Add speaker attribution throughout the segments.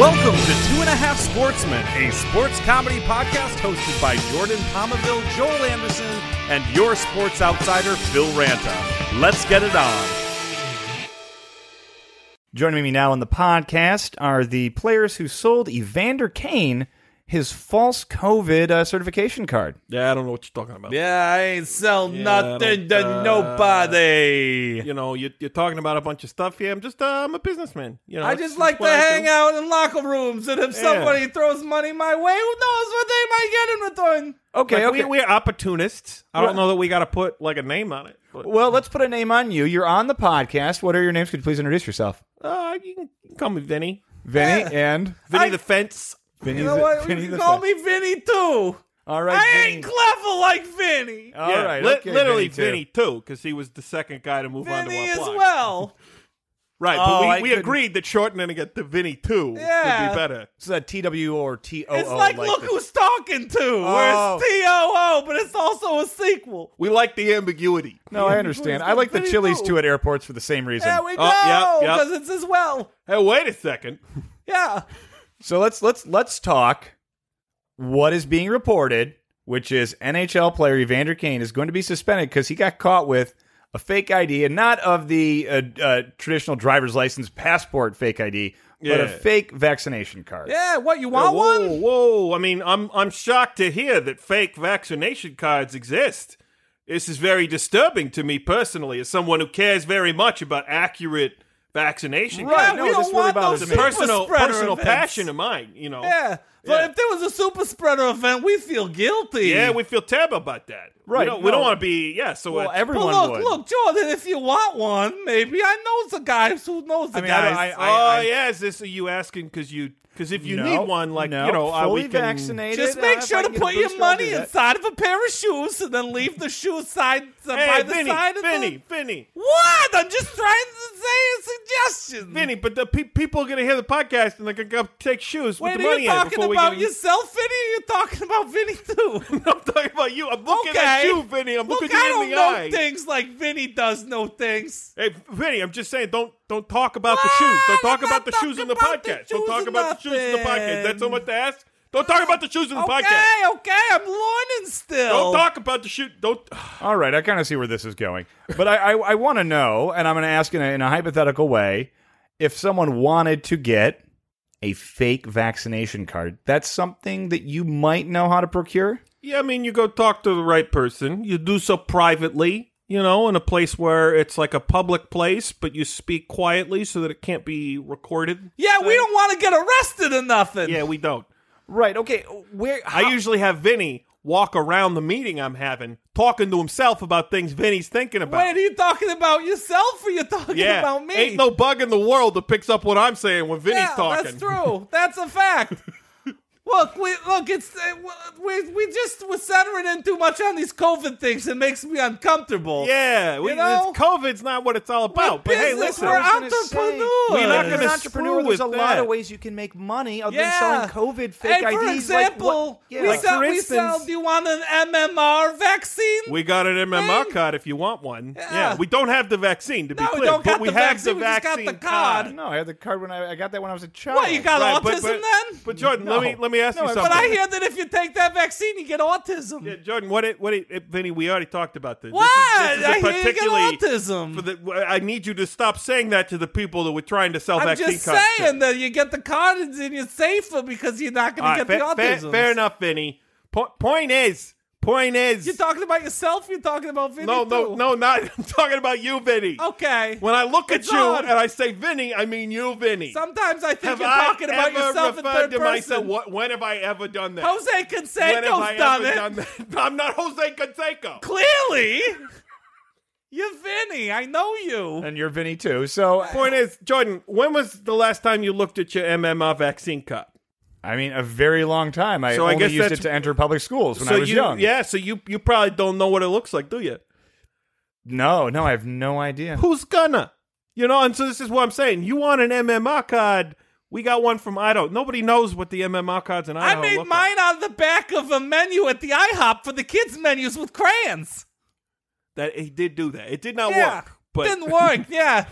Speaker 1: Welcome to Two and a Half Sportsmen, a sports comedy podcast hosted by Jordan Palmaville, Joel Anderson, and your sports outsider, Phil Ranta. Let's get it on.
Speaker 2: Joining me now on the podcast are the players who sold Evander Kane his false COVID uh, certification card.
Speaker 3: Yeah, I don't know what you're talking about.
Speaker 1: Yeah, I ain't sell
Speaker 3: nothing to
Speaker 1: nobody.
Speaker 3: You know, you're, you're talking about a bunch of stuff here. I'm just, uh, I'm a businessman. You know,
Speaker 1: I
Speaker 3: that's-
Speaker 1: just
Speaker 3: that's
Speaker 1: like to
Speaker 3: what I
Speaker 1: hang
Speaker 3: do.
Speaker 1: out in locker rooms, and if somebody throws money my way, who knows what they might get in return?
Speaker 2: Okay,
Speaker 3: Like,
Speaker 2: okay.
Speaker 3: We, we're opportunists. I
Speaker 2: Right.
Speaker 3: don't know that we got to put like a name on it. But,
Speaker 2: well, let's put a name on you. You're on the podcast. What are your names? Could you please introduce yourself?
Speaker 3: uh, you can you can call me Vinny.
Speaker 2: Vinny and
Speaker 3: Vinny
Speaker 1: I-
Speaker 3: the Fence.
Speaker 2: Vinny.
Speaker 1: You know what? You can call me Vinny too.
Speaker 2: All right.
Speaker 1: I
Speaker 2: Vinny.
Speaker 1: ain't clever like Vinny.
Speaker 2: All
Speaker 3: Yeah,
Speaker 2: right,
Speaker 3: li-
Speaker 2: okay,
Speaker 3: literally
Speaker 2: Vinny too.
Speaker 3: Vinny too, because he was the second guy to move on to
Speaker 1: Vinny
Speaker 3: our
Speaker 1: as
Speaker 3: block.
Speaker 1: well.
Speaker 3: Right,
Speaker 2: Oh, I
Speaker 3: but we, we
Speaker 2: couldn't-
Speaker 3: agreed that shortening it to Vinny too
Speaker 1: Yeah.
Speaker 3: would be better.
Speaker 2: It's a TW or TOO.
Speaker 1: It's like, look
Speaker 2: the-
Speaker 1: who's talking to. Where it's T O O, but it's also a sequel.
Speaker 3: Oh. We like the ambiguity.
Speaker 2: No, I understand. I like the
Speaker 1: Vinny
Speaker 2: Chili's
Speaker 1: too.
Speaker 2: too at airports for the same reason.
Speaker 1: There we go.
Speaker 3: Oh, yep, yep.
Speaker 1: Because it's as well.
Speaker 3: Hey, wait a second.
Speaker 1: Yeah.
Speaker 2: So let's let's let's talk what is being reported, which is NHL player Evander Kane is going to be suspended because he got caught with a fake ID and not of the uh, uh, traditional driver's license passport fake ID, but a
Speaker 3: Yeah.
Speaker 2: fake vaccination card.
Speaker 1: Yeah. What, you want
Speaker 3: whoa,
Speaker 1: one?
Speaker 3: Whoa, I mean, I'm I'm shocked to hear that fake vaccination cards exist. This is very disturbing to me personally, as someone who cares very much about accurate vaccination
Speaker 2: Right,
Speaker 3: cards.
Speaker 1: Yeah,
Speaker 2: no,
Speaker 1: we
Speaker 2: this
Speaker 1: don't
Speaker 2: really
Speaker 1: want
Speaker 2: bothers
Speaker 3: It's
Speaker 1: those
Speaker 2: me.
Speaker 3: a
Speaker 1: super
Speaker 3: personal
Speaker 1: spreader
Speaker 3: personal
Speaker 1: events.
Speaker 3: passion of mine, you know.
Speaker 1: Yeah. But
Speaker 3: Yeah.
Speaker 1: if there was a super spreader event, we feel guilty.
Speaker 3: Yeah, we feel terrible about that.
Speaker 2: Right,
Speaker 3: We don't, we
Speaker 2: no.
Speaker 3: don't want to be. Yeah. So
Speaker 2: Well,
Speaker 3: uh,
Speaker 1: But
Speaker 2: everyone
Speaker 1: look,
Speaker 2: would.
Speaker 1: look, Jordan, if you want one, maybe I know the guys who knows the
Speaker 2: I mean, I-
Speaker 1: guys.
Speaker 2: I-
Speaker 3: oh
Speaker 2: I-
Speaker 3: yeah, is this are you asking because you because if you
Speaker 2: No,
Speaker 3: need one, like
Speaker 2: no,
Speaker 3: you know, uh,
Speaker 2: fully
Speaker 3: we can.
Speaker 2: vaccinated.
Speaker 1: Just
Speaker 2: uh,
Speaker 1: make
Speaker 2: if
Speaker 1: sure
Speaker 2: I
Speaker 1: to
Speaker 2: can get a
Speaker 1: put your
Speaker 2: booster, I'll do
Speaker 1: money
Speaker 2: that.
Speaker 1: inside of a pair of shoes and then leave the shoe side uh,
Speaker 3: Hey,
Speaker 1: by the
Speaker 3: Vinny,
Speaker 1: side of
Speaker 3: Vinny,
Speaker 1: the.
Speaker 3: Vinny,
Speaker 1: What? I'm just trying to say a suggestion.
Speaker 3: Vinny, but the pe- people are gonna hear the podcast and they're gonna go take shoes
Speaker 1: Wait,
Speaker 3: with
Speaker 1: are
Speaker 3: the money
Speaker 1: you
Speaker 3: in it
Speaker 1: talking
Speaker 3: before we
Speaker 1: about
Speaker 3: get-
Speaker 1: yourself, Vinny? Or you're talking about Vinny too.
Speaker 3: I'm talking about you. I'm looking at
Speaker 1: Okay.
Speaker 3: you, Vinny. I'm
Speaker 1: Look,
Speaker 3: looking
Speaker 1: I
Speaker 3: you
Speaker 1: don't
Speaker 3: in the
Speaker 1: know
Speaker 3: eye.
Speaker 1: things like Vinny does know things.
Speaker 3: Hey, Vinny, I'm just saying, don't don't talk about the
Speaker 1: What?
Speaker 3: shoes. Don't talk
Speaker 1: I'm
Speaker 3: about
Speaker 1: not
Speaker 3: the shoes in the
Speaker 1: talking about the
Speaker 3: podcast. Don't
Speaker 1: shoes
Speaker 3: talk
Speaker 1: or
Speaker 3: about the shoes in the podcast. That's so
Speaker 1: nothing.
Speaker 3: much to ask. Don't talk about the shoes in the
Speaker 1: okay,
Speaker 3: podcast.
Speaker 1: okay, I'm learning still.
Speaker 3: Don't talk about the shoe. Don't.
Speaker 2: All right, I kind of see where this is going, but I I, I want to know, and I'm going to ask in a, in a hypothetical way, if someone wanted to get a fake vaccination card, that's something that you might know how to procure.
Speaker 3: Yeah, I mean, you go talk to the right person. You do so privately, you know, in a place where it's like a public place, but you speak quietly so that it can't be recorded.
Speaker 1: Yeah, we don't want to get arrested or nothing.
Speaker 3: Yeah, we don't.
Speaker 2: Right. Okay. Where? How,
Speaker 3: I usually have Vinny walk around the meeting I'm having, talking to himself about things Vinny's thinking about.
Speaker 1: Wait, are you talking about yourself or you're talking
Speaker 3: yeah,
Speaker 1: about me?
Speaker 3: ain't no bug in the world that picks up what I'm saying when Vinny's
Speaker 1: yeah,
Speaker 3: talking.
Speaker 1: That's true. That's a fact. look, we look. It's uh, we we just we're centering in too much on these COVID things. It makes me uncomfortable.
Speaker 3: Yeah, we,
Speaker 1: You know?
Speaker 3: it's, COVID's not what it's all
Speaker 1: We're
Speaker 3: about. But hey,
Speaker 1: business,
Speaker 3: listen,
Speaker 1: we're
Speaker 2: I was gonna
Speaker 1: entrepreneurs.
Speaker 2: say,
Speaker 3: We're not
Speaker 2: if you're an
Speaker 3: gonna screw
Speaker 2: entrepreneur. There's
Speaker 3: with
Speaker 2: a lot
Speaker 3: that.
Speaker 2: of ways you can make money other
Speaker 1: Yeah.
Speaker 2: than selling COVID fake
Speaker 1: Hey,
Speaker 2: IDs.
Speaker 1: for example,
Speaker 2: like, what, yeah.
Speaker 1: we,
Speaker 3: Like,
Speaker 1: sell,
Speaker 3: for
Speaker 1: we sell.
Speaker 3: instance-
Speaker 1: Do you want an MMR vaccine?
Speaker 3: we got an MMR
Speaker 1: Hey.
Speaker 3: card if you want one. Yeah.
Speaker 1: Yeah.
Speaker 3: we don't have the vaccine to be
Speaker 1: No, we
Speaker 3: clear,
Speaker 1: don't got
Speaker 3: but we
Speaker 1: the
Speaker 3: have
Speaker 1: vaccine,
Speaker 3: the
Speaker 1: we just got the
Speaker 3: vaccine
Speaker 1: card.
Speaker 2: no, I had the card when I, I got that when I was a child.
Speaker 1: what you got
Speaker 3: Right, but-
Speaker 1: autism
Speaker 3: but-
Speaker 1: then?
Speaker 3: But Jordan, let me
Speaker 2: No.
Speaker 3: let me ask
Speaker 2: No,
Speaker 3: you
Speaker 2: but
Speaker 3: something.
Speaker 1: But I hear that if you take that vaccine, you get autism.
Speaker 3: Yeah, Jordan, what it, what it, it- Vinny? We already talked about this.
Speaker 1: What?
Speaker 3: This is, this is a
Speaker 1: I hear
Speaker 3: particularly
Speaker 1: you get autism.
Speaker 3: for the. I need you to stop saying that to the people that were trying to sell
Speaker 1: I'm
Speaker 3: vaccine
Speaker 1: just
Speaker 3: cards. to.
Speaker 1: saying that you get the card and you're safer because you're not going
Speaker 3: All
Speaker 1: to
Speaker 3: right,
Speaker 1: get
Speaker 3: fa-
Speaker 1: the
Speaker 3: fa-
Speaker 1: autism.
Speaker 3: fair enough, Vinny. Po- point is, point is,
Speaker 1: You're talking about yourself. You're talking about Vinny.
Speaker 3: no, no,
Speaker 1: too.
Speaker 3: no, not. I'm talking about you, Vinny.
Speaker 1: Okay.
Speaker 3: When I look
Speaker 1: It's
Speaker 3: at you
Speaker 1: on.
Speaker 3: and I say Vinny, I mean you, Vinny.
Speaker 1: Sometimes I think
Speaker 3: have
Speaker 1: you're
Speaker 3: I
Speaker 1: talking about
Speaker 3: ever
Speaker 1: yourself in
Speaker 3: referred
Speaker 1: third
Speaker 3: to
Speaker 1: person.
Speaker 3: myself? What, when have I ever done that?
Speaker 1: Jose
Speaker 3: when have
Speaker 1: Canseco's
Speaker 3: I
Speaker 1: done
Speaker 3: ever
Speaker 1: it.
Speaker 3: done that? I'm not Jose Canseco.
Speaker 1: Clearly, you're Vinny. I know you.
Speaker 2: and you're Vinny too. So
Speaker 3: Point is, Jordan, when was the last time you looked at your MMR vaccine cup?
Speaker 2: I mean, a very long time. I
Speaker 3: So I
Speaker 2: only
Speaker 3: guess
Speaker 2: used it
Speaker 3: that's-
Speaker 2: to enter public schools when I was
Speaker 3: you,
Speaker 2: young.
Speaker 3: yeah, so you you probably don't know what it looks like, do you?
Speaker 2: No, no, I have no idea.
Speaker 3: Who's gonna? You know, and so this is what I'm saying. You want an MMR card? We got one from Idaho. Nobody knows what the MMR cards in
Speaker 1: I
Speaker 3: Idaho
Speaker 1: made
Speaker 3: oh, look
Speaker 1: mine
Speaker 3: Like.
Speaker 1: out of the back of a menu at the IHOP for the kids' menus with crayons.
Speaker 3: That he did do that. It did not
Speaker 1: Yeah,
Speaker 3: work. But
Speaker 1: didn't work. Yeah,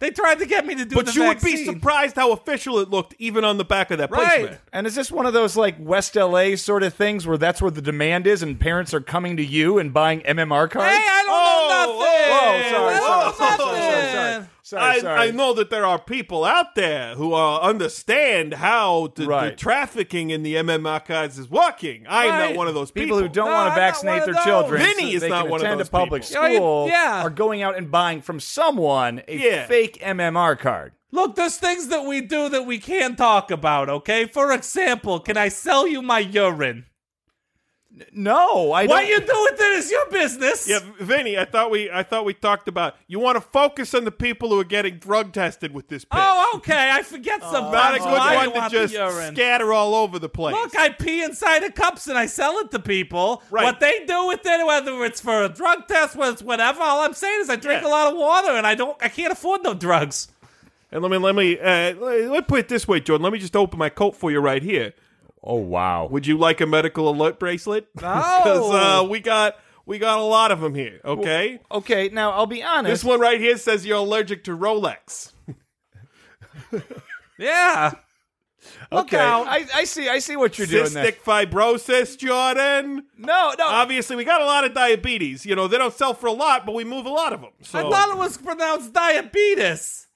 Speaker 1: They tried to get me to do the
Speaker 3: But you would be
Speaker 1: vaccine.
Speaker 3: surprised how official it looked, even on the back of that
Speaker 1: Right.
Speaker 3: placement.
Speaker 2: And is this one of those like West LA sort of things where that's where the demand is and parents are coming to you and buying MMR cards?
Speaker 1: Hey, I don't know
Speaker 3: Oh,
Speaker 1: nothing.
Speaker 2: Whoa, sorry,
Speaker 1: I
Speaker 2: sorry,
Speaker 1: don't
Speaker 2: sorry,
Speaker 1: know
Speaker 2: sorry, sorry, sorry,
Speaker 1: nothing.
Speaker 2: sorry,
Speaker 3: I,
Speaker 2: sorry.
Speaker 3: I know that there are people out there who uh, understand how the, the
Speaker 2: Right.
Speaker 3: trafficking in the MMR cards is working. I am
Speaker 1: Right.
Speaker 3: not one of those people.
Speaker 2: people who don't
Speaker 1: No,
Speaker 2: want
Speaker 1: I'm
Speaker 2: to
Speaker 1: not one
Speaker 2: vaccinate
Speaker 1: of
Speaker 2: their
Speaker 1: those.
Speaker 2: children
Speaker 3: Vinny
Speaker 2: so
Speaker 3: is
Speaker 2: they
Speaker 3: not
Speaker 2: can
Speaker 3: one of
Speaker 2: attend
Speaker 3: those
Speaker 2: a public
Speaker 3: people.
Speaker 1: Yeah, I-
Speaker 2: school
Speaker 1: yeah.
Speaker 2: are going out and buying from someone a
Speaker 3: Yeah.
Speaker 2: fake MMR card.
Speaker 1: Look, there's things that we do that we can talk about, okay? For example, can I sell you my urine?
Speaker 2: No, I
Speaker 1: What
Speaker 2: don't.
Speaker 1: you do with it is your business.
Speaker 3: Yeah, Vinny, I thought we I thought we talked about you want to focus on the people who are getting drug tested with this pill.
Speaker 1: Oh, okay. I forget sometimes
Speaker 3: not a good
Speaker 1: why you
Speaker 3: one to
Speaker 1: want
Speaker 3: just
Speaker 1: the urine.
Speaker 3: scatter all over the place.
Speaker 1: Look, I pee inside of cups and I sell it to people.
Speaker 3: Right.
Speaker 1: What they do with it, whether it's for a drug test, whether it's whatever, all I'm saying is I drink
Speaker 3: Yeah.
Speaker 1: a lot of water and I don't, I can't afford no drugs.
Speaker 3: and let me let me uh, let me put it this way, Jordan. Let me just open my coat for you right here.
Speaker 2: oh wow.
Speaker 3: Would you like a medical alert bracelet? because uh, we got we got a lot of them here. Okay,
Speaker 2: Okay, now I'll be honest.
Speaker 3: this one right here says you're allergic to Rolex.
Speaker 1: Yeah. Look
Speaker 2: okay,
Speaker 1: out.
Speaker 2: I, I see. I see what you're doing there.
Speaker 3: Cystic fibrosis, Jordan.
Speaker 2: No, no.
Speaker 3: Obviously, we got a lot of diabetes. You know, they don't sell for a lot, but we move a lot of them.
Speaker 1: I
Speaker 3: So,
Speaker 1: thought it was pronounced diabetes.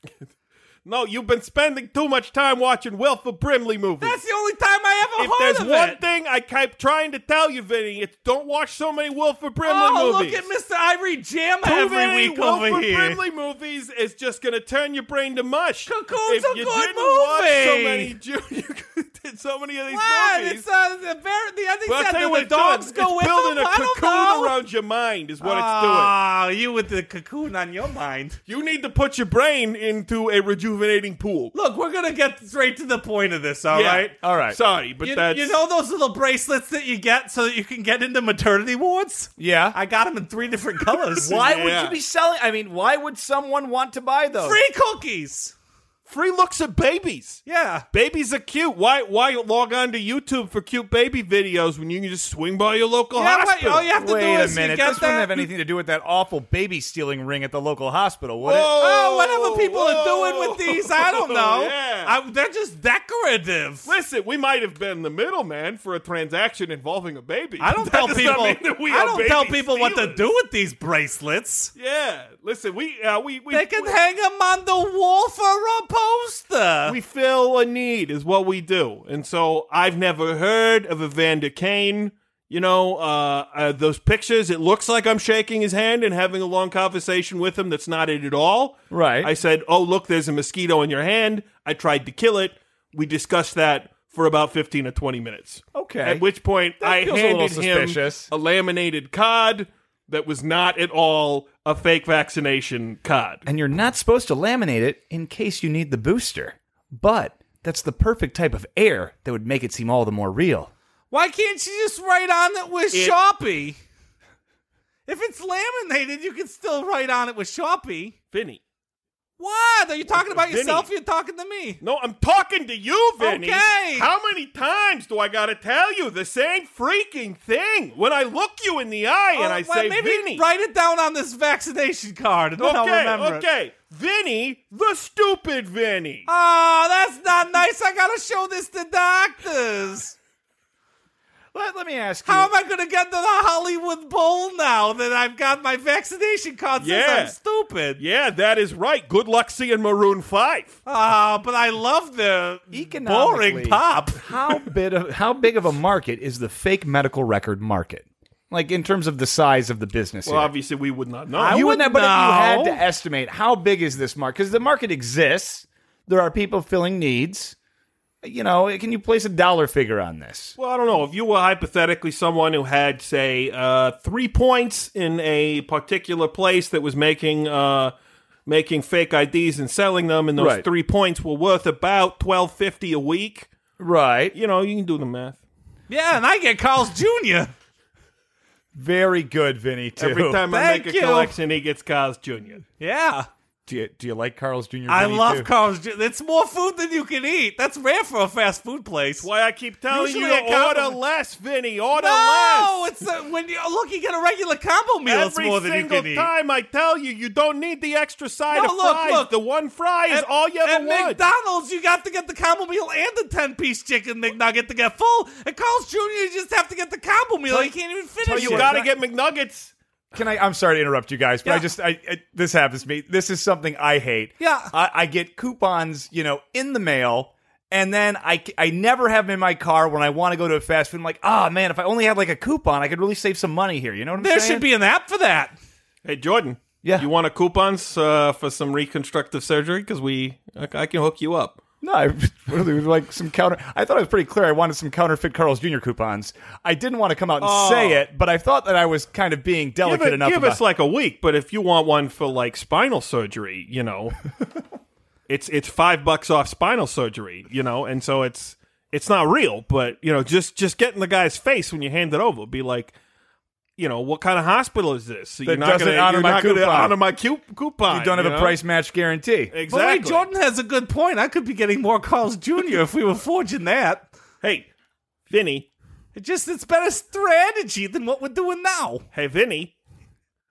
Speaker 3: no, you've been spending too much time watching Wilford Brimley movies.
Speaker 1: That's the only time I ever
Speaker 3: if
Speaker 1: heard
Speaker 3: there's
Speaker 1: of
Speaker 3: one
Speaker 1: it.
Speaker 3: thing I kept trying to tell you, Vinny, it's don't watch so many Wilford Brimley
Speaker 1: oh,
Speaker 3: movies.
Speaker 1: look at Mr. Irie Jam
Speaker 3: Too
Speaker 1: every
Speaker 3: many
Speaker 1: week
Speaker 3: Wilford
Speaker 1: over here.
Speaker 3: Brimley movies is just going to turn your brain to mush. if
Speaker 1: Cocoon's a
Speaker 3: you
Speaker 1: good
Speaker 3: didn't Watch so
Speaker 1: movie.
Speaker 3: many, Ju- you did so many of these
Speaker 1: What?
Speaker 3: movies.
Speaker 1: It's uh, the, very, the ending
Speaker 3: Well, I'll
Speaker 1: said
Speaker 3: tell you
Speaker 1: that
Speaker 3: what
Speaker 1: the dogs
Speaker 3: it's doing.
Speaker 1: go with
Speaker 3: it's building
Speaker 1: them.
Speaker 3: a
Speaker 1: I don't
Speaker 3: cocoon
Speaker 1: know.
Speaker 3: around your mind is what it's doing.
Speaker 1: Oh, you with the cocoon on your mind.
Speaker 3: You need to put your brain into a rejuvenating pool.
Speaker 1: Look, we're gonna get straight to the point of this, all right?
Speaker 3: Yeah.
Speaker 2: All right.
Speaker 3: Sorry, but
Speaker 1: You,
Speaker 3: that's
Speaker 1: you know those little bracelets that you get so that you can get into maternity wards?
Speaker 2: yeah.
Speaker 1: I got them in three different colors.
Speaker 2: why
Speaker 3: Yeah.
Speaker 2: would you be selling? I mean, why would someone want to buy those?
Speaker 1: Free cookies.
Speaker 3: free looks at babies.
Speaker 1: Yeah.
Speaker 3: Babies are cute. Why why log on to YouTube for cute baby videos when you can just swing by your local
Speaker 1: Yeah, wait,
Speaker 3: hospital?
Speaker 1: all you have to
Speaker 2: Wait
Speaker 1: do
Speaker 2: a
Speaker 1: is
Speaker 2: minute.
Speaker 1: you get
Speaker 2: This
Speaker 1: that.
Speaker 2: wouldn't have anything to do with that awful baby stealing ring at the local hospital, would it?
Speaker 1: Oh, whatever people are doing
Speaker 3: whoa.
Speaker 1: with these, I don't know.
Speaker 3: Yeah.
Speaker 1: I- they're just decorative.
Speaker 3: Listen, we might have been the middleman for a transaction involving a baby.
Speaker 1: I don't
Speaker 3: That
Speaker 1: tell
Speaker 3: does
Speaker 1: people.
Speaker 3: not
Speaker 1: I
Speaker 3: mean that we are
Speaker 1: don't tell
Speaker 3: baby
Speaker 1: people what to
Speaker 3: stealers.
Speaker 1: do with these bracelets.
Speaker 3: Yeah, listen, we uh, we we
Speaker 1: They can
Speaker 3: we,
Speaker 1: hang them on the wall for a poster.
Speaker 3: we fill a need is what we do, and so I've never heard of Evander Kane. You know, uh, uh, those pictures. It looks like I'm shaking his hand and having a long conversation with him. That's not it at all.
Speaker 2: Right.
Speaker 3: I said, "Oh, look, there's a mosquito in your hand." I tried to kill it. We discussed that for about fifteen or twenty minutes.
Speaker 2: Okay.
Speaker 3: At which point, I
Speaker 2: feels a little
Speaker 3: handed him
Speaker 2: suspicious.
Speaker 3: a laminated card that was not at all a fake vaccination card.
Speaker 2: and you're not supposed to laminate it in case you need the booster. But that's the perfect type of air that would make it seem all the more real.
Speaker 1: Why can't you just write on it with
Speaker 3: It-
Speaker 1: Sharpie? If it's laminated, you can still write on it with Sharpie.
Speaker 3: Vinny.
Speaker 1: What? Are you talking about
Speaker 3: Vinny.
Speaker 1: yourself? Or you're talking to me.
Speaker 3: No, I'm talking to you, Vinny.
Speaker 1: Okay.
Speaker 3: How many times do I gotta tell you the same freaking thing? When I look you in the eye and
Speaker 1: Oh,
Speaker 3: I
Speaker 1: well,
Speaker 3: say,
Speaker 1: maybe
Speaker 3: Vinny.
Speaker 1: write it down on this vaccination card, and then I'll
Speaker 3: okay,
Speaker 1: remember it.
Speaker 3: okay. Vinny, the stupid Vinny.
Speaker 1: Oh, that's not nice. I gotta show this to doctors.
Speaker 2: Let, let me ask you.
Speaker 1: How am I going to get to the Hollywood Bowl now that I've got my vaccination card? Says
Speaker 3: Yeah.
Speaker 1: I'm stupid.
Speaker 3: yeah, that is right. Good luck seeing Maroon 5.
Speaker 1: Ah, but I love the boring
Speaker 2: Economically-
Speaker 1: pop.
Speaker 2: how big of how big of a market is the fake medical record market? Like in terms of the size of the business.
Speaker 3: Well,
Speaker 2: here.
Speaker 3: obviously, we would not know.
Speaker 2: you
Speaker 1: would
Speaker 2: not, but if you
Speaker 1: know.
Speaker 2: had to estimate how big is this market? Because the market exists. There are people filling needs. You know, can you place a dollar figure on this?
Speaker 3: Well, I don't know. If you were hypothetically someone who had, say, uh, three points in a particular place that was making uh, making fake IDs and selling them, and those
Speaker 2: Right.
Speaker 3: three points were worth about twelve fifty a week,
Speaker 2: Right.
Speaker 3: you know, you can do the math.
Speaker 1: Yeah, and I get Carl's Jr.
Speaker 2: Very good, Vinny. Too.
Speaker 3: Every time I
Speaker 1: Thank
Speaker 3: make a
Speaker 1: you.
Speaker 3: collection, he gets Cars Junior.
Speaker 1: Yeah.
Speaker 2: Do you, do you like Carl's Jr.?
Speaker 1: I
Speaker 2: Vinny,
Speaker 1: love
Speaker 2: too?
Speaker 1: Carl's. Jr. It's more food than you can eat. That's rare for a fast food place.
Speaker 3: Why I keep telling
Speaker 1: Usually
Speaker 3: you
Speaker 1: I
Speaker 3: to
Speaker 1: count
Speaker 3: order
Speaker 1: them.
Speaker 3: less, Vinny. Order
Speaker 1: No,
Speaker 3: less.
Speaker 1: it's a, when you look, you get a regular combo meal.
Speaker 3: Every
Speaker 1: it's more than you
Speaker 3: single
Speaker 1: can eat.
Speaker 3: time I tell you, you don't need the extra side
Speaker 1: No,
Speaker 3: of
Speaker 1: look,
Speaker 3: fries.
Speaker 1: look.
Speaker 3: The one fry is all you
Speaker 1: at
Speaker 3: ever want.
Speaker 1: McDonald's, you got to get the combo meal and the ten-piece chicken McNugget to get full. At Carl's Jr., you just have to get the combo meal. you can't even finish
Speaker 3: Oh, you
Speaker 1: it.
Speaker 3: got to get McNuggets.
Speaker 2: Can I? I'm sorry to interrupt you guys, but I
Speaker 1: Yeah.
Speaker 2: just I, I this happens to me. This is something I hate.
Speaker 1: Yeah.
Speaker 2: I, I get coupons, you know, in the mail, and then I c- I never have them in my car when I want to go to a fast food. I'm like, ah man, if I only had like a coupon, I could really save some money here. You know what I'm
Speaker 1: there
Speaker 2: saying?
Speaker 1: should be an app for that.
Speaker 3: Hey, Jordan.
Speaker 2: Yeah.
Speaker 3: You want a coupons uh, for some reconstructive surgery? Because we, I, I can hook you up.
Speaker 2: no, I really would like some counter. I thought it was pretty clear. I wanted some counterfeit Carl's Jr. coupons. I didn't want to come out and say it, but I thought that I was kind of being
Speaker 3: Oh. Give,
Speaker 2: delicate
Speaker 3: it,
Speaker 2: enough.
Speaker 3: give
Speaker 2: about-
Speaker 3: us like a week, but if you want one for like spinal surgery, you know, it's it's five bucks off spinal surgery, you know, and so it's it's not real, but you know, just just get in the guy's face when you hand it over, be like, you know, what kind of hospital is this? So you're
Speaker 2: That
Speaker 3: not
Speaker 2: doesn't
Speaker 3: going to
Speaker 2: honor
Speaker 3: honor
Speaker 2: my
Speaker 3: my coupon.
Speaker 2: coupon.
Speaker 3: Honor my cu- coupon.
Speaker 2: you don't have a
Speaker 3: know?
Speaker 2: price match guarantee.
Speaker 1: But
Speaker 3: Exactly.
Speaker 1: wait, Jordan has a good point. I could be getting more Carl's Jr. if we were forging that.
Speaker 3: Hey, Vinny.
Speaker 1: It just it's better strategy than what we're doing now.
Speaker 3: Hey, Vinny.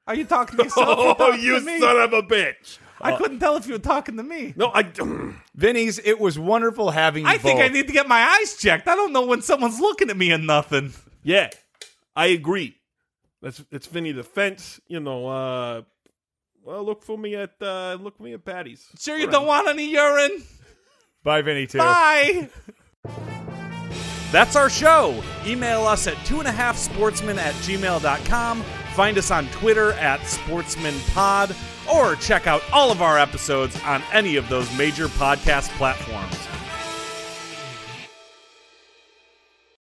Speaker 1: Are you talking to yourself? or
Speaker 3: Oh,
Speaker 1: talking
Speaker 3: you
Speaker 1: to me?
Speaker 3: son of a bitch.
Speaker 1: I couldn't tell if you were talking to me.
Speaker 3: No, I.
Speaker 2: Vinny's, it was wonderful having you
Speaker 1: I think I
Speaker 2: both.
Speaker 1: need to get my eyes checked. I don't know when someone's looking at me and nothing.
Speaker 3: Yeah, I agree. That's it's Vinny the Fence. You know, uh, well, look for me at uh, look for me at Patty's.
Speaker 1: Sure, you don't want any urine.
Speaker 2: Bye, Vinny, too.
Speaker 1: Bye.
Speaker 4: That's our show. Email us at two and a half sportsmen at gmail.com. Find us on Twitter at sportsmanpod or check out all of our episodes on any of those major podcast platforms.